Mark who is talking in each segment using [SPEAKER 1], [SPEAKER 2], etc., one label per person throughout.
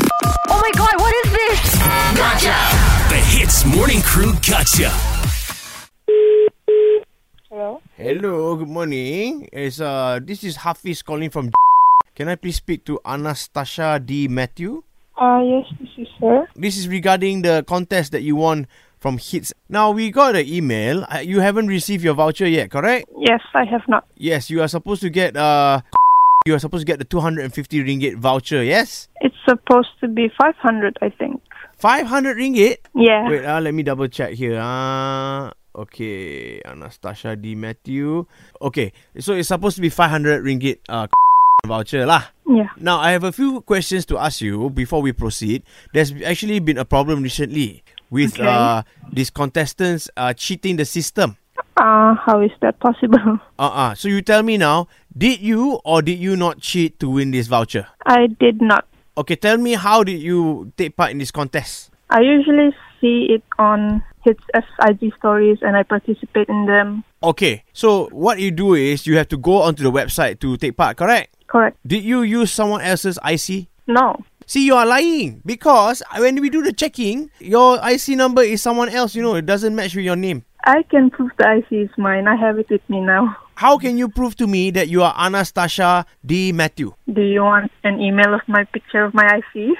[SPEAKER 1] Oh my god, what is this?
[SPEAKER 2] The Hits Morning Crew Gotcha.
[SPEAKER 3] Hello?
[SPEAKER 4] Hello, good morning. It's uh this is Hafiz calling from Can I please speak to Anastasia D. Matthew?
[SPEAKER 3] Uh, yes, this is her.
[SPEAKER 4] This is regarding the contest that you won from Hits. Now we got an email. Uh, You haven't received your voucher yet, correct?
[SPEAKER 3] Yes, I have not.
[SPEAKER 4] Yes, you are supposed to get uh you are supposed to get the 250 ringgit voucher, yes?
[SPEAKER 3] It's supposed to be 500, I think.
[SPEAKER 4] 500 ringgit?
[SPEAKER 3] Yeah.
[SPEAKER 4] Wait, uh, let me double check here. Uh, okay, Anastasia D. Matthew. Okay, so it's supposed to be 500 ringgit uh, voucher lah.
[SPEAKER 3] Yeah.
[SPEAKER 4] Now, I have a few questions to ask you before we proceed. There's actually been a problem recently with
[SPEAKER 3] Okay.
[SPEAKER 4] uh, these contestants uh, cheating the system.
[SPEAKER 3] Uh, how is that possible?
[SPEAKER 4] Uh-uh. So you tell me now, did you or did you not cheat to win this voucher?
[SPEAKER 3] I did not.
[SPEAKER 4] Okay, tell me how did you take part in this contest?
[SPEAKER 3] I usually see it on hits SIG stories and I participate in them.
[SPEAKER 4] Okay, so what you do is you have to go onto the website to take part, correct?
[SPEAKER 3] Correct.
[SPEAKER 4] Did you use someone else's IC?
[SPEAKER 3] No.
[SPEAKER 4] See, you are lying because when we do the checking, your IC number is someone else, you know, it doesn't match with your name.
[SPEAKER 3] I can prove the IC is mine. I have it with me now.
[SPEAKER 4] How can you prove to me that you are Anastasia D. Matthew?
[SPEAKER 3] Do you want an email of my picture of my IC?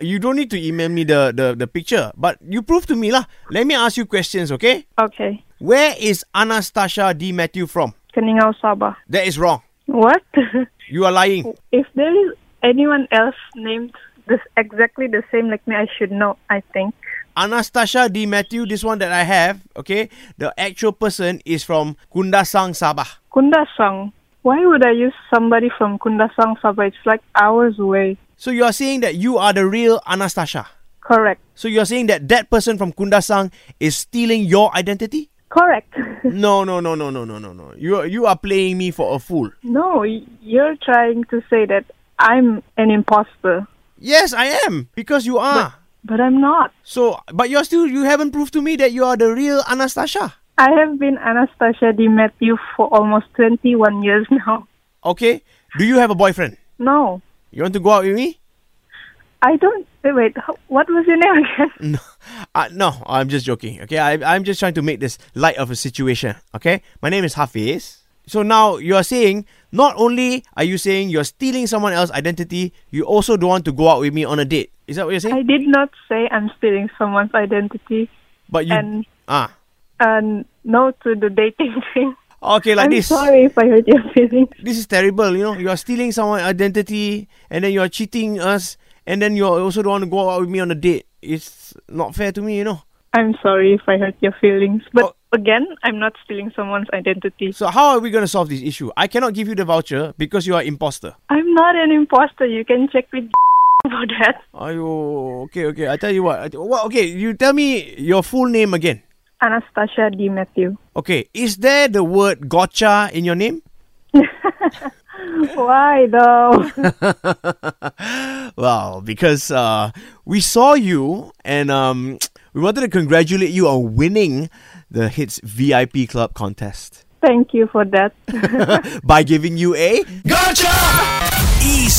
[SPEAKER 4] You don't need to email me the, the, the picture, but you prove to me lah. Let me ask you questions, okay?
[SPEAKER 3] Okay.
[SPEAKER 4] Where is Anastasia D. Matthew from?
[SPEAKER 3] Keningau Sabah.
[SPEAKER 4] That is wrong.
[SPEAKER 3] What?
[SPEAKER 4] You are lying.
[SPEAKER 3] if there is anyone else named this exactly the same like me, I should know, I think.
[SPEAKER 4] Anastasia D. Matthew, this one that I have, okay? The actual person is from Kundasang, Sabah.
[SPEAKER 3] Kundasang. Why would I use somebody from Kundasang Sabah? It's like hours away.
[SPEAKER 4] So you are saying that you are the real Anastasia.
[SPEAKER 3] Correct.
[SPEAKER 4] So you're saying that that person from Kundasang is stealing your identity?
[SPEAKER 3] Correct.
[SPEAKER 4] No, no, no, no, no, no, no, no. You are- you are playing me for a fool.
[SPEAKER 3] no, y- you're trying to say that I'm an imposter,
[SPEAKER 4] Yes, I am because you are.
[SPEAKER 3] but I'm not.
[SPEAKER 4] so, but you're still you haven't proved to me that you are the real Anastasia.
[SPEAKER 3] I have been Anastasia Di Matthew for almost 21 years now.
[SPEAKER 4] Okay? Do you have a boyfriend?
[SPEAKER 3] No,
[SPEAKER 4] You want to go out with me?
[SPEAKER 3] I don't. eh, Wait, h- what was your name again?
[SPEAKER 4] No, uh, no, I'm just joking. Okay, I, I'm just trying to make this light of a situation. Okay, my name is Hafiz. So now you are saying not only are you saying you're stealing someone else's identity, you also don't want to go out with me on a date. Is that what you're saying?
[SPEAKER 3] I did not say I'm stealing someone's identity
[SPEAKER 4] but you
[SPEAKER 3] and-
[SPEAKER 4] ah
[SPEAKER 3] and no to the dating thing.
[SPEAKER 4] okay like
[SPEAKER 3] I'm
[SPEAKER 4] this.
[SPEAKER 3] sorry if I hurt your feelings.
[SPEAKER 4] This is terrible. You know, you are stealing someone's identity and then you are cheating us, and then you also don't want to go out with me on a date. It's not fair to me. You know.
[SPEAKER 3] I'm sorry if I hurt your feelings,
[SPEAKER 4] Oh.
[SPEAKER 3] but again, I'm not stealing someone's identity.
[SPEAKER 4] So how are we gonna solve this issue? I cannot give you the voucher because you are imposter.
[SPEAKER 3] I'm not an imposter. You can check with for that.
[SPEAKER 4] Ayo, okay, okay. I tell you what. I tell- what- Okay, you tell me your full name again.
[SPEAKER 3] Anastasia D. Matthew.
[SPEAKER 4] Okay, is there the word gotcha in your name?
[SPEAKER 3] Why though?
[SPEAKER 4] Well, because uh, we saw you and um, we wanted to congratulate you on winning the Hits VIP Club contest
[SPEAKER 3] Thank you for that.
[SPEAKER 4] by giving you a.
[SPEAKER 2] Ease